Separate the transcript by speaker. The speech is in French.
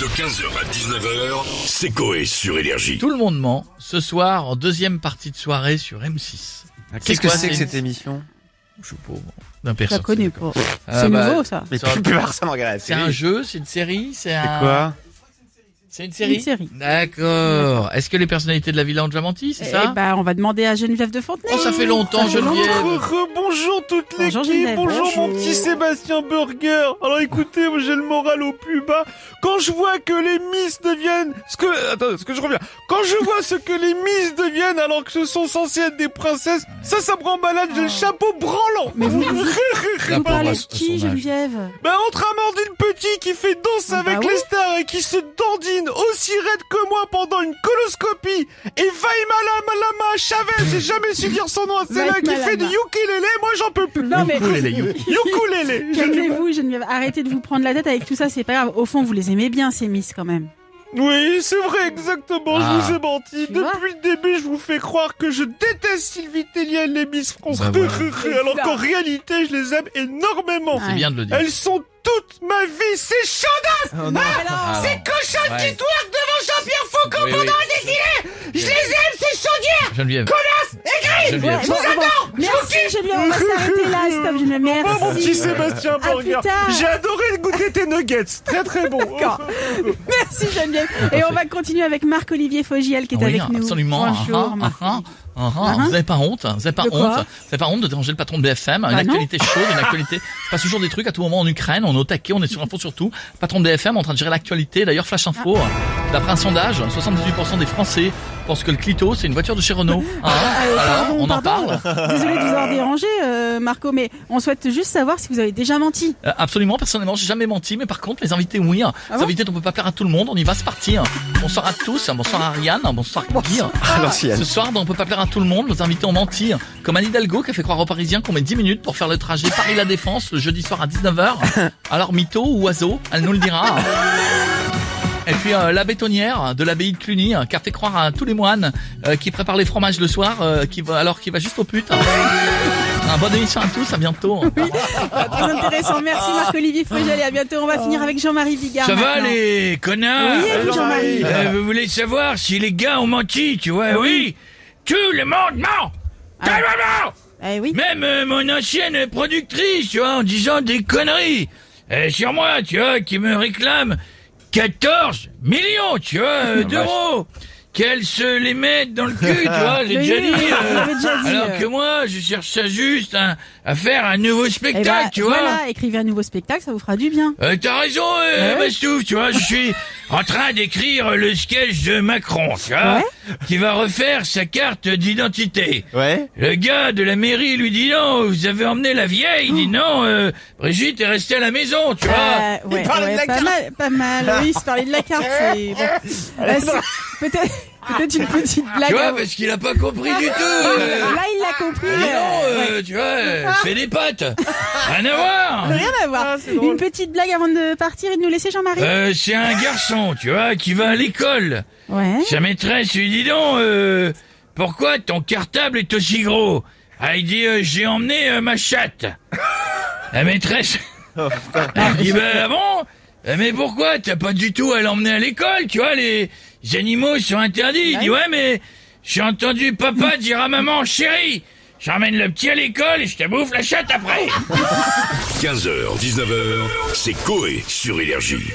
Speaker 1: De 15h à 19h, c'est Coé sur Énergie.
Speaker 2: Tout le monde ment ce soir en deuxième partie de soirée sur M6.
Speaker 3: Ah,
Speaker 2: C'est
Speaker 3: Qu'est-ce que
Speaker 2: quoi,
Speaker 3: c'est que
Speaker 2: c'est une-
Speaker 3: cette émission
Speaker 2: Je sais pas, bon, d'un
Speaker 4: Je la
Speaker 2: personne.
Speaker 4: connais pas.
Speaker 2: Ah,
Speaker 4: c'est
Speaker 2: bah,
Speaker 4: nouveau ça.
Speaker 3: Mais
Speaker 2: Ça-
Speaker 3: plus plus personne regarde la
Speaker 2: C'est un
Speaker 3: télé.
Speaker 2: jeu, c'est une série, c'est
Speaker 3: C'est
Speaker 2: un.
Speaker 3: quoi
Speaker 2: C'est une série.
Speaker 4: Une série.
Speaker 2: D'accord. Est-ce que les personnalités de la villa ont déjà menti, c'est
Speaker 4: Eh
Speaker 2: ça
Speaker 4: bah, on va demander à Geneviève de Fontenay.
Speaker 2: Oh, ça fait longtemps,
Speaker 4: Ça fait
Speaker 2: Geneviève.
Speaker 3: Bonjour toute
Speaker 4: Bonjour, Geneviève.
Speaker 3: mon petit Sébastien Burger. Alors écoutez, moi, j'ai le moral au plus bas. Quand je vois que les Miss deviennent ce que attends, ce que je reviens. Quand je vois ce que les Miss deviennent alors que ce sont censés être des princesses, ça ça me rend malade, j'ai le chapeau branlant.
Speaker 4: Mais vous, vous,
Speaker 2: La
Speaker 4: vous parlez
Speaker 2: pauvre à
Speaker 4: de
Speaker 2: son- à
Speaker 4: qui,
Speaker 2: son âge.
Speaker 4: Geneviève
Speaker 3: Bah entre Amandine Petit qui fait danse
Speaker 4: Ah bah
Speaker 3: avec
Speaker 4: oui.
Speaker 3: les stars et qui se dandine aussi raide que moi pendant une coloscopie et Vaima Malama Chavez, j'ai jamais su dire son nom, c'est là qui
Speaker 4: Vaïma
Speaker 3: fait du
Speaker 4: Lama.
Speaker 3: ukulélé, moi j'en peux plus.
Speaker 4: Non, mais- Ukulélé,
Speaker 3: Ukulélé. Je ne-
Speaker 4: Calmez-vous, Geneviève. Arrêtez de vous prendre la tête avec tout ça, c'est pas grave. Au fond, vous les aimez bien, ces Miss, quand même.
Speaker 3: Oui, c'est vrai, exactement,
Speaker 2: Ah.
Speaker 3: je vous ai menti.
Speaker 4: Tu vois
Speaker 3: Depuis le début, je vous fais croire que je déteste Sylvie Tellier et les Miss France.
Speaker 2: Bah voilà.
Speaker 3: Alors qu'en réalité, je les aime énormément.
Speaker 2: C'est bien de le dire.
Speaker 3: Elles sont toute ma vie, c'est chaud
Speaker 2: Ah,
Speaker 3: Ces cochonnes
Speaker 2: Ouais.
Speaker 3: qui twerkent devant Jean-Pierre Foucault
Speaker 2: Oui,
Speaker 3: pendant
Speaker 2: oui.
Speaker 3: un défilé Je les aime, ces chaudières
Speaker 2: Geneviève. Connasse Geneviève.
Speaker 4: bon, c'est bon. Merci, Geneviève. On va s'arrêter là, stop, Geneviève.
Speaker 3: Oh, mon petit
Speaker 4: Merci.
Speaker 3: Sébastien
Speaker 4: Ah,
Speaker 3: Burger
Speaker 4: putain.
Speaker 3: J'ai adoré goûter tes nuggets, très très bon
Speaker 4: D'accord. Merci, Geneviève. Et on va continuer avec Marc-Olivier Fogiel qui est
Speaker 2: Ah oui,
Speaker 4: avec nous.
Speaker 2: absolument. Ah,
Speaker 4: Bonjour,
Speaker 2: ah,
Speaker 4: Marc.
Speaker 2: ah, ah, ah.
Speaker 4: Ah,
Speaker 2: Vous n'avez pas honte, hein, vous n'avez pas
Speaker 4: De quoi
Speaker 2: honte, vous n'avez pas honte de déranger le patron de BFM. une
Speaker 4: Bah non.
Speaker 2: actualité chaude, une actualité. Il se passe toujours des trucs à tout moment en Ukraine. On est au taquet, on est sur l'info surtout. Patron de BFM en train de gérer l'actualité. D'ailleurs, flash
Speaker 4: Ah.
Speaker 2: info. D'après un sondage, 78% des Français pensent que le clito c'est une voiture de chez Renault. Hein,
Speaker 4: Ah, euh,
Speaker 2: voilà,
Speaker 4: pardon,
Speaker 2: on en
Speaker 4: pardon.
Speaker 2: parle.
Speaker 4: Désolé de vous avoir dérangé, euh, Marco, mais on souhaite juste savoir si vous avez déjà menti.
Speaker 2: Euh, Absolument, personnellement, j'ai jamais menti, mais par contre, les invités, oui. hein. les
Speaker 4: bon
Speaker 2: invités, on peut pas plaire à tout le monde. On y va, c'est parti. Bonsoir à tous. hein, Bonsoir à Ariane. Bonsoir Guy. hein.
Speaker 3: Alors si
Speaker 2: Ce soir, dans on peut pas plaire à tout le monde, nos invités ont menti. hein. Comme Anne Hidalgo qui a fait croire aux Parisiens qu'on met 10 minutes pour faire le trajet Paris-La Défense le jeudi soir à 19h. Alors mytho ou oiseau, elle nous le dira. Et puis euh, la bétonnière de l'abbaye de Cluny euh, qui a fait croire à tous les moines euh, qui préparent les fromages le soir euh, qui va, alors qu'il va juste aux putes. Un bonne émission à tous, à bientôt. hein.
Speaker 4: Très intéressant. Merci, Marc-Olivier Fogiel. Et à bientôt. On va finir avec Jean-Marie Bigard.
Speaker 2: Ça va
Speaker 4: maintenant.
Speaker 2: les connards
Speaker 4: Oui, et vous, Jean-Marie.
Speaker 2: Euh, Vous voulez savoir si les gars ont menti, tu vois Oui, tout le monde ment Tout le monde ment
Speaker 4: Eh oui.
Speaker 2: Même euh, mon ancienne productrice, tu vois, en disant des conneries. Euh, sur moi, tu vois, qui me réclame 14 millions, tu vois, euh, d'euros. Qu'elle se les mette dans le cul, tu vois, j'ai
Speaker 4: Oui,
Speaker 2: déjà dit.
Speaker 4: oui,
Speaker 2: euh,
Speaker 4: vous l'avez déjà dit,
Speaker 2: alors
Speaker 4: euh.
Speaker 2: que moi, je cherche ça juste hein, à faire un nouveau
Speaker 4: Eh
Speaker 2: spectacle,
Speaker 4: ben,
Speaker 2: tu vois.
Speaker 4: Voilà, Eh écrivez un nouveau spectacle, ça vous fera du bien.
Speaker 2: Euh, T'as raison, euh,
Speaker 4: Ouais.
Speaker 2: Mastouf, tu vois, je suis en train d'écrire le sketch de Macron, tu vois, qui va refaire sa carte d'identité.
Speaker 3: Ouais
Speaker 2: Le gars de la mairie lui dit non, vous avez emmené la vieille, il dit non, euh, Brigitte est restée à la maison, tu vois.
Speaker 4: Euh, ouais,
Speaker 3: parlait de
Speaker 4: ouais,
Speaker 3: la
Speaker 4: pas
Speaker 3: carte.
Speaker 4: mal, pas mal. Oui, se parler de la carte, c'est bon. Euh, c'est- Peut-être, peut-être une petite blague. Ah,
Speaker 2: Tu vois, parce qu'il a pas compris du tout. euh.
Speaker 4: Là, il l'a compris.
Speaker 2: Il dit non,
Speaker 4: euh, ouais.
Speaker 2: euh, tu vois, euh, c'est des pattes. Rien à voir.
Speaker 4: Rien à voir. une petite blague avant de partir et de nous laisser, Jean-Marie.
Speaker 2: Euh, c'est un garçon, tu vois, qui va à l'école.
Speaker 4: Ouais.
Speaker 2: Sa maîtresse lui dit donc, euh, pourquoi ton cartable est aussi gros Ah, il dit, euh, j'ai emmené euh, ma chatte. La maîtresse, elle dit, bah ah bon Euh, Mais pourquoi T'as pas du tout à l'emmener à l'école, tu vois, les animaux sont interdits. Il dit, ouais, mais j'ai entendu papa dire à maman, chérie, j'emmène le petit à l'école et je te bouffe la chatte après.
Speaker 1: 15h, 19h, c'est Coé sur Énergie.